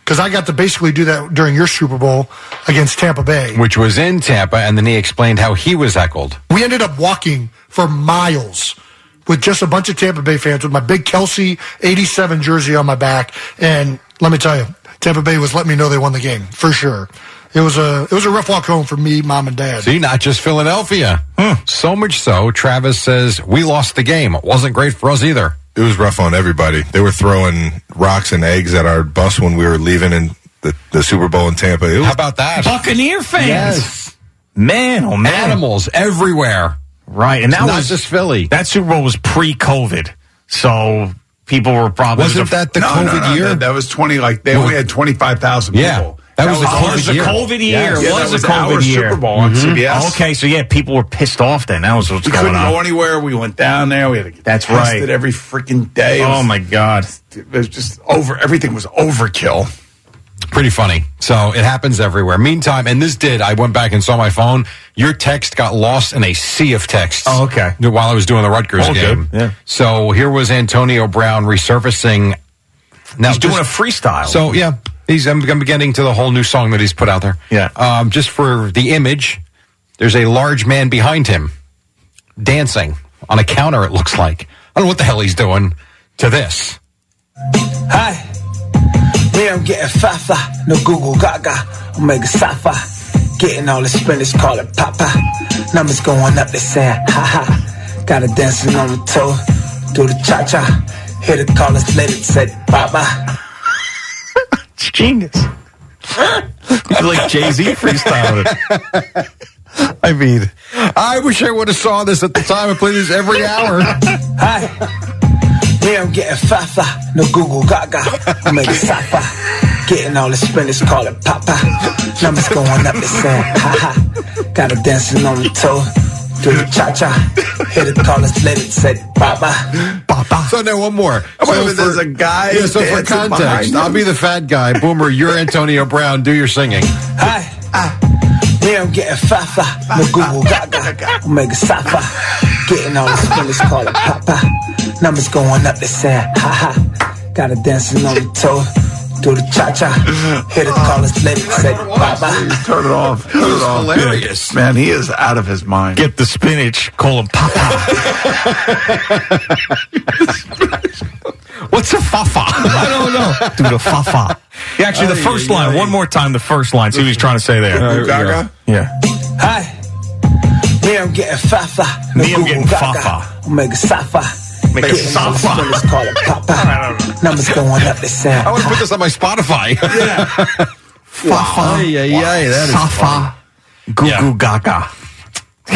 Speaker 8: Because I got to basically do that during your Super Bowl against Tampa Bay.
Speaker 9: which was in Tampa, and then he explained how he was heckled.
Speaker 8: We ended up walking for miles with just a bunch of Tampa Bay fans with my big Kelsey 87 jersey on my back. And let me tell you, Tampa Bay was letting me know they won the game for sure. It was a it was a rough walk home for me, mom and dad.
Speaker 9: See, not just
Speaker 10: Hmm.
Speaker 9: Philadelphia. So much so, Travis says, We lost the game. It wasn't great for us either.
Speaker 11: it was rough on everybody. They were throwing rocks and eggs at our bus when we were leaving in the, the Super Bowl in Tampa. It was,
Speaker 9: How about that?
Speaker 3: Buccaneer fans.
Speaker 9: Yes.
Speaker 3: Man, oh man.
Speaker 9: Animals everywhere.
Speaker 3: Right. And
Speaker 9: It's
Speaker 3: that
Speaker 9: not
Speaker 3: was
Speaker 9: just Philly.
Speaker 3: That Super Bowl was pre COVID. So people were probably.
Speaker 9: Wasn't that the
Speaker 4: No, no,
Speaker 9: COVID
Speaker 4: no,
Speaker 9: year?
Speaker 4: That, that was twenty. Like they only had twenty five thousand
Speaker 9: Yeah.
Speaker 4: people.
Speaker 9: That was the
Speaker 4: our-
Speaker 9: COVID
Speaker 3: was the
Speaker 9: year.
Speaker 3: COVID year.
Speaker 9: Yes.
Speaker 4: Yeah, that
Speaker 3: was the
Speaker 4: was
Speaker 3: COVID
Speaker 4: our
Speaker 3: year.
Speaker 4: Super Bowl on
Speaker 9: Mm-hmm.
Speaker 4: CBS.
Speaker 3: Oh, okay, so yeah, people were pissed off then. That was what's
Speaker 4: We
Speaker 3: going
Speaker 4: couldn't
Speaker 3: on.
Speaker 4: go anywhere. We went down there. We had to get
Speaker 3: That's
Speaker 4: tested
Speaker 3: right.
Speaker 4: every freaking day. It
Speaker 3: oh
Speaker 4: was-
Speaker 3: my god.
Speaker 4: It was just over. Everything was overkill.
Speaker 9: Pretty funny. So it happens everywhere. Meantime, and this did, I went back and saw my phone. Your text got lost in a sea of texts.
Speaker 3: Oh, okay.
Speaker 9: While I was doing the Rutgers
Speaker 3: Oh, good.
Speaker 9: game.
Speaker 3: Yeah.
Speaker 9: So here was Antonio Brown resurfacing. Now,
Speaker 3: He's doing a
Speaker 9: just-
Speaker 3: freestyle.
Speaker 9: So yeah, he's. I'm, I'm getting to the whole new song that he's put out there.
Speaker 3: Yeah.
Speaker 9: Um, just for the image, there's a large man behind him dancing on a counter. It looks like I don't know what the hell he's doing to this.
Speaker 12: Hi. Yeah, I'm getting fafa. No Google Gaga. Omega Safa. Getting all the spinach, call it Papa. Numbers going up, they saying, ha ha. Got her dancing on the toe. Do the cha cha. Here the callers later, said Baba.
Speaker 3: It's genius. *laughs* He's like Jay
Speaker 9: *laughs*
Speaker 3: Z freestyling.
Speaker 9: I mean, I wish I would have saw this at the time. I play this every
Speaker 3: *laughs*
Speaker 9: hour.
Speaker 12: Hi. Yeah, I'm getting fafa. No Google Gaga. I'm making safa. Getting all the spinach, call it papa. Numbers going up, it's saying ha ha. Got her dancing on the toe. Do the cha cha. Hit the callers later, said baba.
Speaker 9: So now one more.
Speaker 4: Wait a
Speaker 9: so
Speaker 4: minute, there's a guy
Speaker 9: Yeah, so for
Speaker 4: dancing behind
Speaker 9: context,
Speaker 4: you.
Speaker 9: I'll be the fat guy. Boomer, you're Antonio Brown. Do your singing.
Speaker 12: Hi. Yeah, I'm getting fafa. No Google Gaga. I'm making safa. Getting all the spinach, call it papa. Numbers going up, they saying ha ha. Got her dancing on the toe. Do the cha cha. Hit the callers later, said baba.
Speaker 4: Turn it off. Turn it off.
Speaker 9: hilarious.
Speaker 4: man. He is out of his mind.
Speaker 3: Get the spinach, call him
Speaker 4: *laughs*
Speaker 3: Papa.
Speaker 9: What's a fafa?
Speaker 3: I don't know. Dude, a Fafa. Yeah, actually, the first line, one more time, the first line. See what he's trying to say there.
Speaker 4: Gaga.
Speaker 3: Yeah.
Speaker 12: Hi. Yeah, I'm getting fafa. No
Speaker 3: Me, I'm
Speaker 12: Google
Speaker 3: getting
Speaker 12: Gaga.
Speaker 3: fafa.
Speaker 12: I'm making safa.
Speaker 3: Make a
Speaker 12: Getting all the
Speaker 3: safa.
Speaker 12: spinach, call it papa. Numbers going up, they
Speaker 9: I
Speaker 12: sound.
Speaker 9: want to put this on my Spotify. Yeah. Fafa. Yeah, yeah, that is
Speaker 3: Fafa. Goo
Speaker 9: Yeah.
Speaker 3: goo gaga.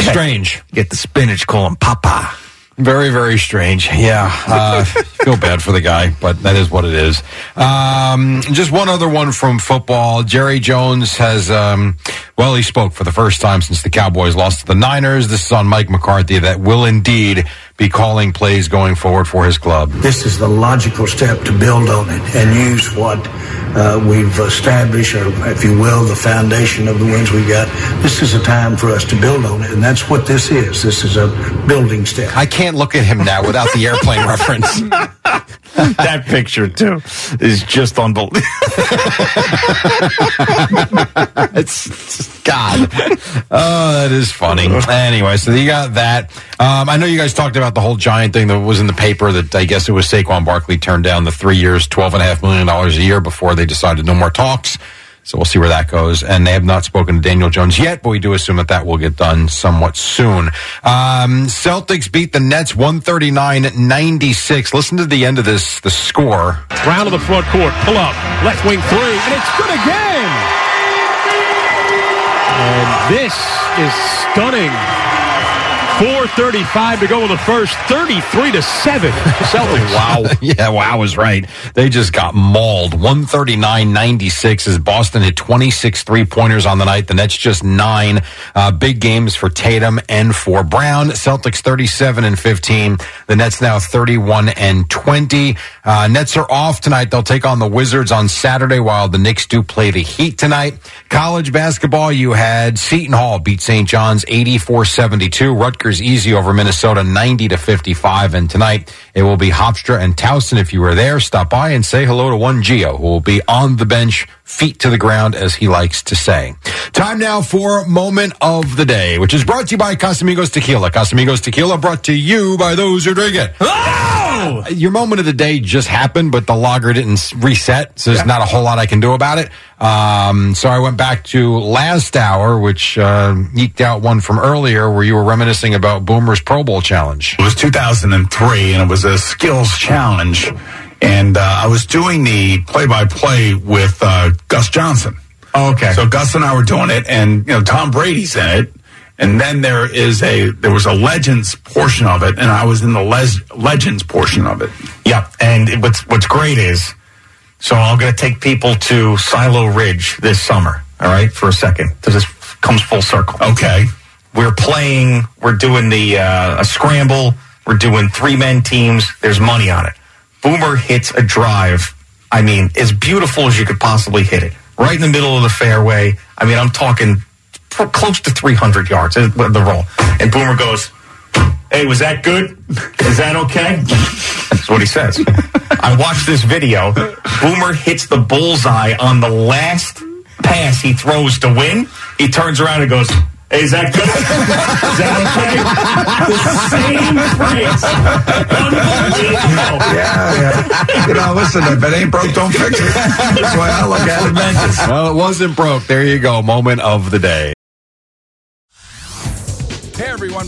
Speaker 9: strange.
Speaker 3: Get the spinach, call him Papa.
Speaker 9: Very, very strange. Yeah. Uh, *laughs* feel bad for the guy, but that is what it is. Um, just one other one from football. Jerry Jones has, um, well, he spoke for the first time since the Cowboys lost to the Niners. This is on Mike McCarthy that will indeed be calling plays going forward for his club.
Speaker 13: This is the logical step to build on it and use what uh, we've established, or if you will, the foundation of the wins we got. This is a time for us to build on it, and that's what this is. This is a building step.
Speaker 9: I can't look at him now without the
Speaker 14: *laughs*
Speaker 9: airplane reference.
Speaker 3: that *laughs* picture, too, is just *laughs* unbelievable.
Speaker 9: *laughs* It's God. Oh, that is funny. Anyway, so you got that. Um, I know you guys talked about the whole giant thing that was in the paper that I guess it was Saquon Barkley turned down the three years, twelve and a half million dollars a year before they decided no more talks. So we'll see where that goes. And they have not spoken to Daniel Jones yet, but we do assume that that will get done somewhat soon. Um, Celtics beat the Nets 139-96. Listen to the end of this, the score.
Speaker 14: Brown *laughs* to the front court, pull up, left wing three, and it's good again. And this is stunning. 4:35 to go in the first, 33 to seven. Celtics.
Speaker 9: *laughs* Wow. yeah, wow is right. They just got mauled. 139-96 as Boston hit 26 three-pointers on the night. The Nets just nine. Uh, big games for Tatum and for Brown. Celtics 37 and 15. The Nets now 31 and 20. Uh, Nets are off tonight. They'll take on the Wizards on Saturday while the Knicks do play the Heat tonight. College basketball, you had Seton Hall beat St. John's 84-72. Rutgers easy over Minnesota 90 to 55. And tonight it will be Hopstra and Towson. If you were there, stop by and say hello to one Geo who will be on the bench feet to the ground, as he likes to say. Time now for Moment of the Day, which is brought to you by Casamigos Tequila. Casamigos Tequila brought to you by those who drink it. Your moment of the day just happened, but the logger didn't s- reset, so there's not a whole lot I can do about it. Um, so I went back to last hour, which uh, eked out one from earlier where you were reminiscing about Boomer's Pro Bowl challenge.
Speaker 4: It was 2003, and it was a skills challenge. And uh, I was doing the play-by-play with uh, Gus Johnson. Oh, okay. So Gus and I were doing it, and you know Tom Brady's in it, and then there is a there was a legends portion of it, and I was in the les- legends portion of it.
Speaker 3: Yep. And it- what's what's great is, so I'm going to take people to Silo Ridge this summer. All right, for a second, because this comes full circle.
Speaker 4: Okay.
Speaker 3: We're playing. We're doing the uh, a scramble. We're doing three men teams. There's money on it. Boomer hits a drive. I mean, as beautiful as you could possibly hit it, right in the middle of the fairway. I mean, I'm talking pr- close to 300 yards. uh, The roll, and Boomer goes, "Hey, was that good? Is that okay?" *laughs* That's what he says. I watched this video. Boomer hits the bullseye on the last pass he throws to win. He turns around and goes, hey, "Is that good? *laughs* Is that okay?" The same phrase.
Speaker 4: yeah, *laughs* yeah. You know, listen, if it ain't broke, don't fix it. That's why I look at it.
Speaker 9: well, it wasn't broke. There you go. Moment of the day.
Speaker 15: Hey everyone,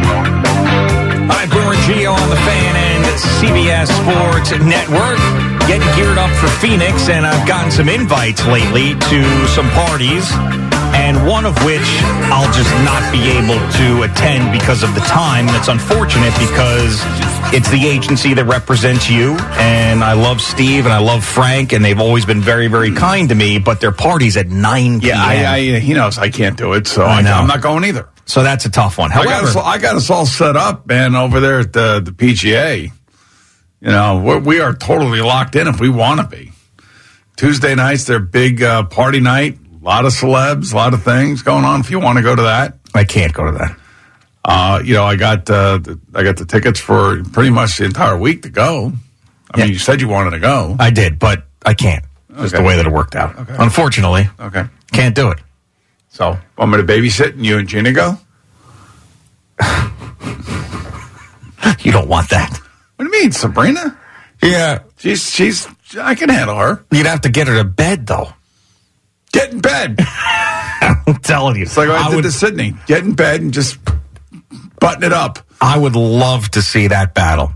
Speaker 3: All right, Boomer and Geo on the fan and CBS Sports Network. Getting geared up for Phoenix, and I've gotten some invites lately to some parties, and one of which I'll just not be able to attend because of the time. That's unfortunate because it's the agency that represents you, and I love Steve and I love Frank, and they've always been very, very kind to me, but their party's at 9 p.m.
Speaker 4: Yeah, *laughs* I, I, he knows I can't do it, so
Speaker 3: I
Speaker 4: Oh, I
Speaker 3: know.
Speaker 4: I'm not going either.
Speaker 3: So that's a tough one.
Speaker 4: I got, us,
Speaker 3: However-
Speaker 4: I got us all set up, man, over there at the, the PGA. You know, we're, we are totally locked in if we want to be. Tuesday nights, their big uh, party night. A lot of celebs, a lot of things going on. If you want to go to that,
Speaker 3: I can't go to that.
Speaker 4: Uh, you know, I got uh, the, I got the tickets for pretty much the entire week to go. I mean, you said you wanted to go.
Speaker 3: I did, but I can't. Just the way that it worked out. Unfortunately,
Speaker 4: Okay.
Speaker 3: can't do it.
Speaker 4: So, want me to babysit and you and Gina go?
Speaker 3: *laughs* you don't want that.
Speaker 4: What do you mean, Sabrina?
Speaker 3: Yeah,
Speaker 4: she's she's. I can handle her.
Speaker 3: You'd have to get her to bed though.
Speaker 4: Get in bed.
Speaker 3: *laughs* I'm telling you,
Speaker 4: it's like what I, did to Sydney. Get in bed and just button it up.
Speaker 3: I would love to see that battle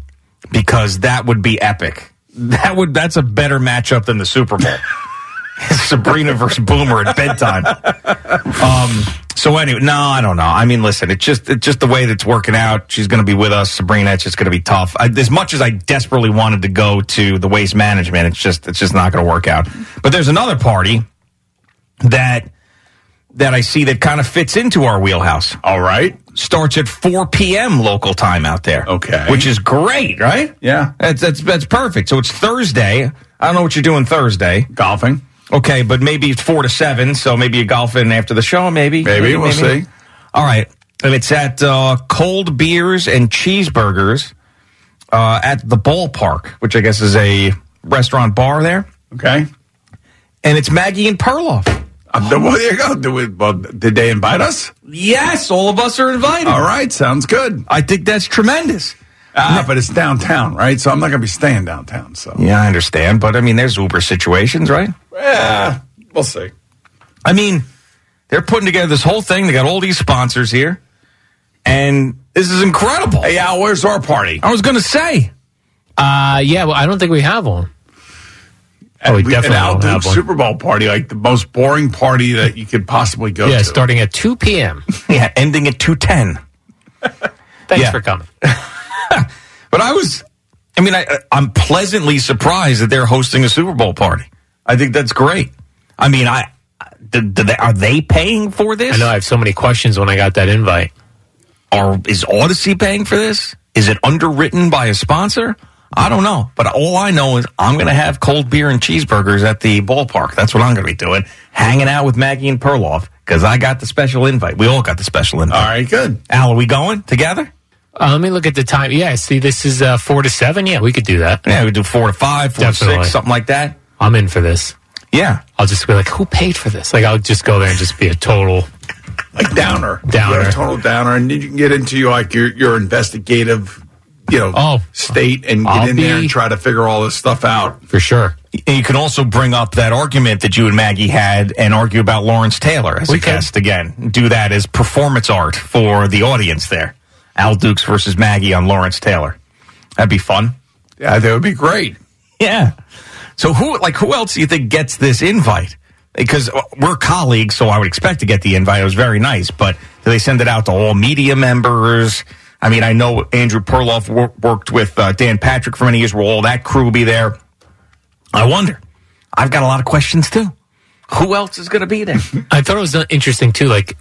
Speaker 3: because that would be epic. That would that's a better matchup than the Super Bowl. *laughs* Sabrina versus Boomer at bedtime. Um, so anyway, no, I don't know. I mean, listen, it's just it's just the way that's working out. She's going to be with us, Sabrina. It's just going to be tough. I, as much as I desperately wanted to go to the waste management, it's just it's just not going to work out. But there's another party that that I see that kind of fits into our wheelhouse.
Speaker 4: All right.
Speaker 3: Starts at 4 p.m. local time out there. Okay. Which is great, right?
Speaker 4: Yeah.
Speaker 3: That's that's that's perfect. So it's Thursday. I don't know what you're doing Thursday.
Speaker 4: Golfing.
Speaker 3: Okay, but maybe it's 4 to 7, so maybe you're golfing after the show maybe.
Speaker 4: Maybe, we'll see.
Speaker 3: All right. And it's at uh, Cold Beers and Cheeseburgers uh, at the ballpark, which I guess is a restaurant bar there.
Speaker 4: Okay.
Speaker 3: And it's Maggie and Perloff.
Speaker 4: Uh, well, there you go. Did, we, well, did they invite us?
Speaker 3: Yes, all of us are invited.
Speaker 4: All right, sounds good.
Speaker 3: I think that's tremendous.
Speaker 4: Ah, but it's downtown, right? So I'm not going to be staying downtown. So
Speaker 3: Yeah, I understand, but I mean, there's Uber situations, right?
Speaker 4: yeah, we'll see.
Speaker 3: I mean, they're putting together this whole thing. They got all these sponsors here, and this is incredible. Hey,
Speaker 4: Al, where's our party?
Speaker 3: I was going to say.
Speaker 5: Uh, yeah, well, I don't think we have one. Oh, we
Speaker 4: We-
Speaker 5: definitely
Speaker 4: an Al
Speaker 5: don't
Speaker 4: Duke
Speaker 5: have one.
Speaker 4: Super Bowl party, like the most boring party that you could possibly go
Speaker 5: yeah,
Speaker 4: to.
Speaker 5: starting at
Speaker 4: *laughs*
Speaker 5: 2 p.m.
Speaker 3: yeah, ending at 2.10.
Speaker 5: *laughs* Thanks
Speaker 3: Yeah.
Speaker 5: for coming.
Speaker 3: *laughs* But I was, I mean, I, I'm pleasantly surprised that they're hosting a Super Bowl party. I think that's great. I mean, I do, do they, are they paying for this? I know
Speaker 5: I have so many questions when I got that invite.
Speaker 3: Are is Odyssey paying for this? Is it underwritten by a sponsor? I don't know, but all I know is I'm going to have cold beer and cheeseburgers at the ballpark. That's what I'm going to be doing, hanging out with Maggie and Perloff because I got the special invite. We all got the special invite. All
Speaker 4: right, good.
Speaker 3: Al, are we going together?
Speaker 5: Uh, let me look at the time. Yeah, see, this is uh, four to seven. Yeah, we could do that.
Speaker 3: Yeah, we do four to five, four to six, something like that.
Speaker 5: I'm in for this.
Speaker 3: Yeah,
Speaker 5: I'll just be like, who paid for this? Like, I'll just go there and just be a total
Speaker 4: like downer,
Speaker 5: Downer.
Speaker 4: You're a total downer, and then you can get into like your your investigative, you know,
Speaker 5: Oh.
Speaker 4: state and
Speaker 3: I'll
Speaker 4: get in there
Speaker 3: be-
Speaker 4: and try to figure all this stuff out.
Speaker 5: for sure.
Speaker 3: And you can also bring up that argument that you and Maggie had and argue about Lawrence Taylor as a guest again. Do that as performance art for the audience there. Al Dukes versus Maggie on Lawrence Taylor. That'd be fun.
Speaker 4: Yeah, that would be great.
Speaker 3: Yeah. So who like who else do you think gets this invite? Because uh, we're colleagues, so I would expect to get the invite. It was very nice, but do they send it out to all media members? I mean, I know Andrew Perloff wor- worked with uh, Dan Patrick for many years. Will all that crew be there? I wonder. I've got a lot of questions too. Who else is going to be there?
Speaker 5: *laughs* I thought it was uh, interesting too, like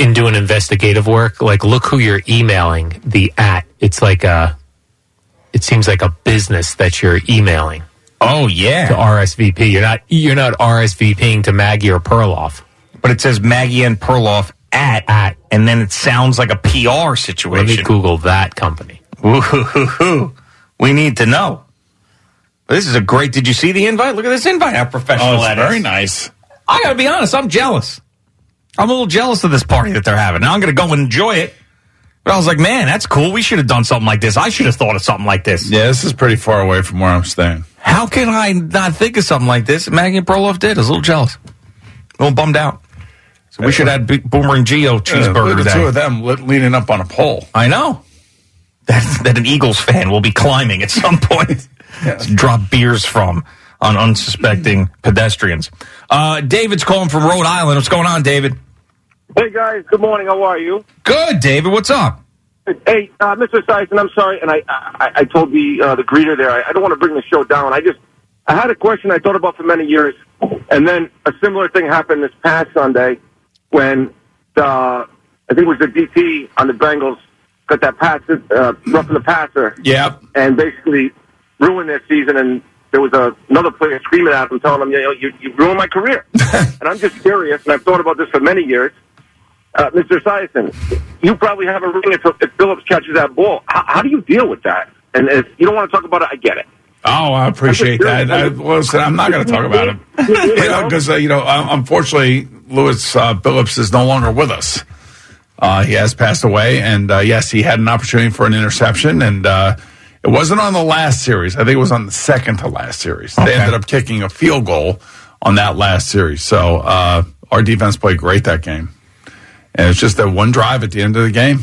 Speaker 5: in doing investigative work, like look who you're emailing the at. It's like a, it seems like a business that you're emailing.
Speaker 3: Oh yeah,
Speaker 5: to RSVP. You're not you're not RSVPing to Maggie or Perloff.
Speaker 3: but it says Maggie and Perloff at at, and then it sounds like a PR situation.
Speaker 5: Let me Google that company.
Speaker 3: Ooh, we need to know. This is a great. Did you see the invite? Look at this invite. How professional
Speaker 4: Oh, it's
Speaker 3: that
Speaker 4: very
Speaker 3: is.
Speaker 4: nice.
Speaker 3: I gotta be honest. I'm jealous. I'm a little jealous of this party that they're having. Now I'm gonna go and enjoy it. But I was like, man, that's cool. We should have done something like this. I should have thought of something like this.
Speaker 4: Yeah, this is pretty far away from where I'm staying.
Speaker 3: How can I not think of something like this? Maggie Perloff did. I was a little jealous, a little bummed out. So we should have Big Boomer and Geo
Speaker 4: Yeah,
Speaker 3: cheeseburger
Speaker 4: look at
Speaker 3: day.
Speaker 5: eh?
Speaker 4: the two of them le- leaning up on a pole.
Speaker 3: I know that, that an Eagles fan will be climbing at some
Speaker 4: *laughs*
Speaker 3: point. Drop beers from on unsuspecting pedestrians. Uh, David's calling from Rhode Island. What's going on, David?
Speaker 16: Hey guys, good morning. How are you?
Speaker 3: Good, David. What's up?
Speaker 16: Hey, uh, Mr. Sison, I'm sorry, and I I, I told the uh, the greeter there I, I don't want to bring the show down. I just I had a question I thought about for many years, and then a similar thing happened this past Sunday when the I think it was the DT on the Bengals got that pass uh, roughing the passer.
Speaker 4: Yep.
Speaker 16: and basically ruined their season. And there was a, another player screaming at him, telling him, "You know, you, you ruined my career." and I'm just curious, and I've thought about this for many years, uh, Mr. Sison. You probably have a ring if, if Phillips catches that ball. How, how do you deal with that? And if you don't want to talk about it, I get it.
Speaker 4: Oh, I appreciate that. I, listen, I'm not going to talk about him. You know, because, uh, you know, um, unfortunately, Lewis uh, Phillips is no longer with us. Uh, he has passed away. And uh, yes, he had an opportunity for an interception. And uh, it wasn't on the last series. I think it was on the second to last series. They ended up kicking a field goal on that last series. So uh, our defense played great that game. And it's just that one drive at the end of the game.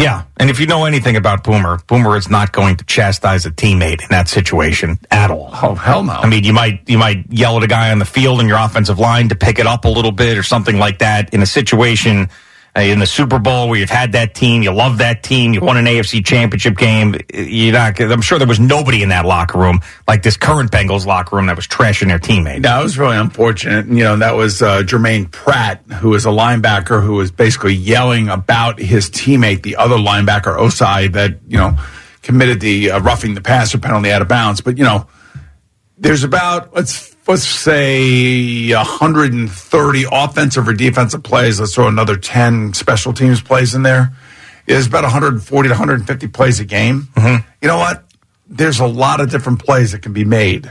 Speaker 3: Yeah, and if you know anything about Boomer, Boomer is not going to chastise a teammate in that situation at all.
Speaker 4: Oh hell no!
Speaker 3: I mean, you might you might yell at a guy on the field in your offensive line to pick it up a little bit or something like that. In a situation uh, in the Super Bowl where you've had that team, you love that team, you won an AFC Championship game, you're not. gonna- I'm sure there was nobody in that locker room like this current Bengals locker room that was trashing their teammate.
Speaker 4: No, it was really unfortunate. And, You know, that was uh, Jermaine Pratt, who is a linebacker who was basically yelling about his teammate, the other linebacker, Osai, that, you know, committed the uh, roughing the passer penalty out of bounds. But, you know, there's about, let's, let's say 130 offensive or defensive plays. Let's throw another 10 special teams plays in there. There's about 140 to 150 plays a game. You know what? There's a lot of different plays that can be made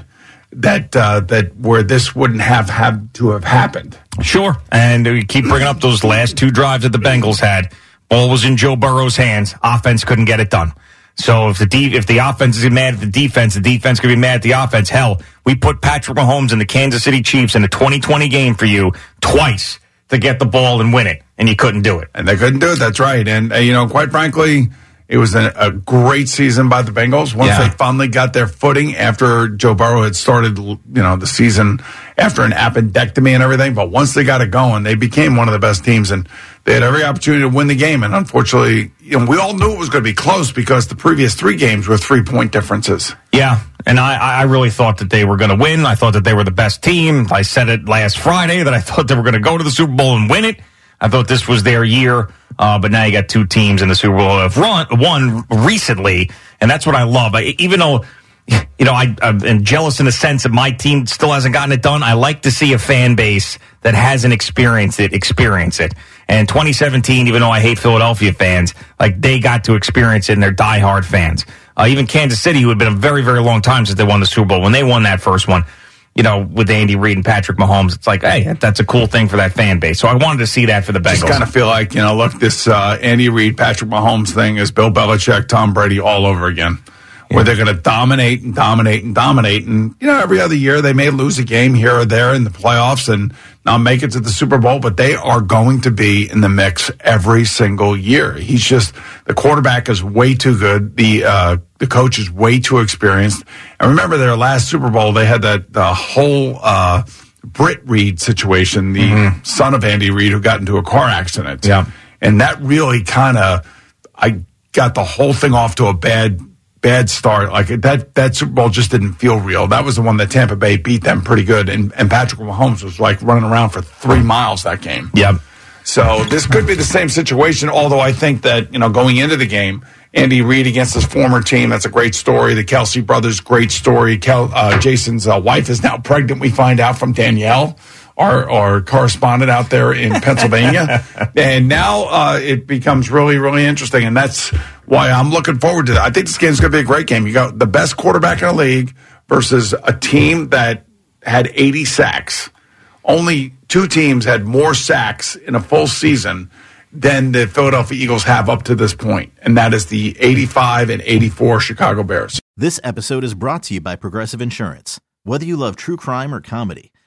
Speaker 4: that uh, that where this wouldn't have had to have happened.
Speaker 3: Sure. And we keep bringing up those last two drives that the Bengals had. Ball was in Joe Burrow's hands. Offense couldn't get it done. So if the de- if the offense is mad at the defense, the defense could be mad at the offense. Hell, we put Patrick Mahomes and the Kansas City Chiefs in a 2020 game for you twice to get the ball and win it, and you couldn't do it.
Speaker 4: And they couldn't do it. That's right. And, uh, you know, quite frankly, It was a, a great season by the Bengals. Once
Speaker 9: Yeah.
Speaker 4: they finally got their footing after Joe Burrow had started, you know, the season after an appendectomy and everything. But once they got it going, they became one of the best teams, and they had every opportunity to win the game. And unfortunately, you know, we all knew it was going to be close because the previous three games were three point differences.
Speaker 3: Yeah, and I- I, I really thought that they were going to win. I thought that they were the best team. I said it last Friday that I *laughs* thought they were going to go to the Super Bowl and win it. I thought this was their year, uh, but now you got two teams in the Super Bowl that have run, won recently, and that's what I love. I, even though, *laughs* you know, I, I'm jealous in the sense that my team still hasn't gotten it done, I like to see a fan base that hasn't experienced it experience it. And 2017, even though I hate Philadelphia fans, like they got to experience it and they're diehard fans. Uh, even Kansas City, who had been a very, very long time since they won the Super Bowl, when they won that first one, you know, with Andy Reid and Patrick Mahomes, it's like, hey, that's a cool thing for that fan base. So I wanted to see that for the Bengals.
Speaker 4: Just kind of feel like you know, look, this uh, Andy Reid, Patrick Mahomes thing is Bill Belichick, Tom Brady all over again, where they're going to dominate and dominate and dominate, and you know, every other year they may lose a game here or there in the playoffs and not make it to the Super Bowl, but they are going to be in the mix every single year. He's just the quarterback is way too good. The uh, the coach is way too experienced. And remember, their last Super Bowl, they had that the whole. Uh, Britt Reed situation, the son of Andy Reid, who got into a car accident. Yeah. And that really kind of, I got the whole thing off to a bad, bad start. Like that, that Super Bowl just didn't feel real. That was the one that Tampa Bay beat them pretty good. And, and Patrick Mahomes was like running around for three miles that game.
Speaker 3: Yep.
Speaker 4: So this could be the same situation, although I think that, you know, going into the game, Andy Reid against his former team, that's a great story. The Kelsey brothers, great story. Kel, uh, Jason's uh, wife is now pregnant, we find out from Danielle, our, our correspondent out there in Pennsylvania. and now uh, it becomes really, really interesting. And that's why I'm looking forward to that. I think this game's going to be a great game. You got the best quarterback in the league versus a team that had 80 sacks only two teams had more sacks in a full season than the Philadelphia Eagles have up to this point, and that is the 85 and 84 Chicago Bears.
Speaker 7: This episode is brought to you by Progressive Insurance. Whether you love true crime or comedy,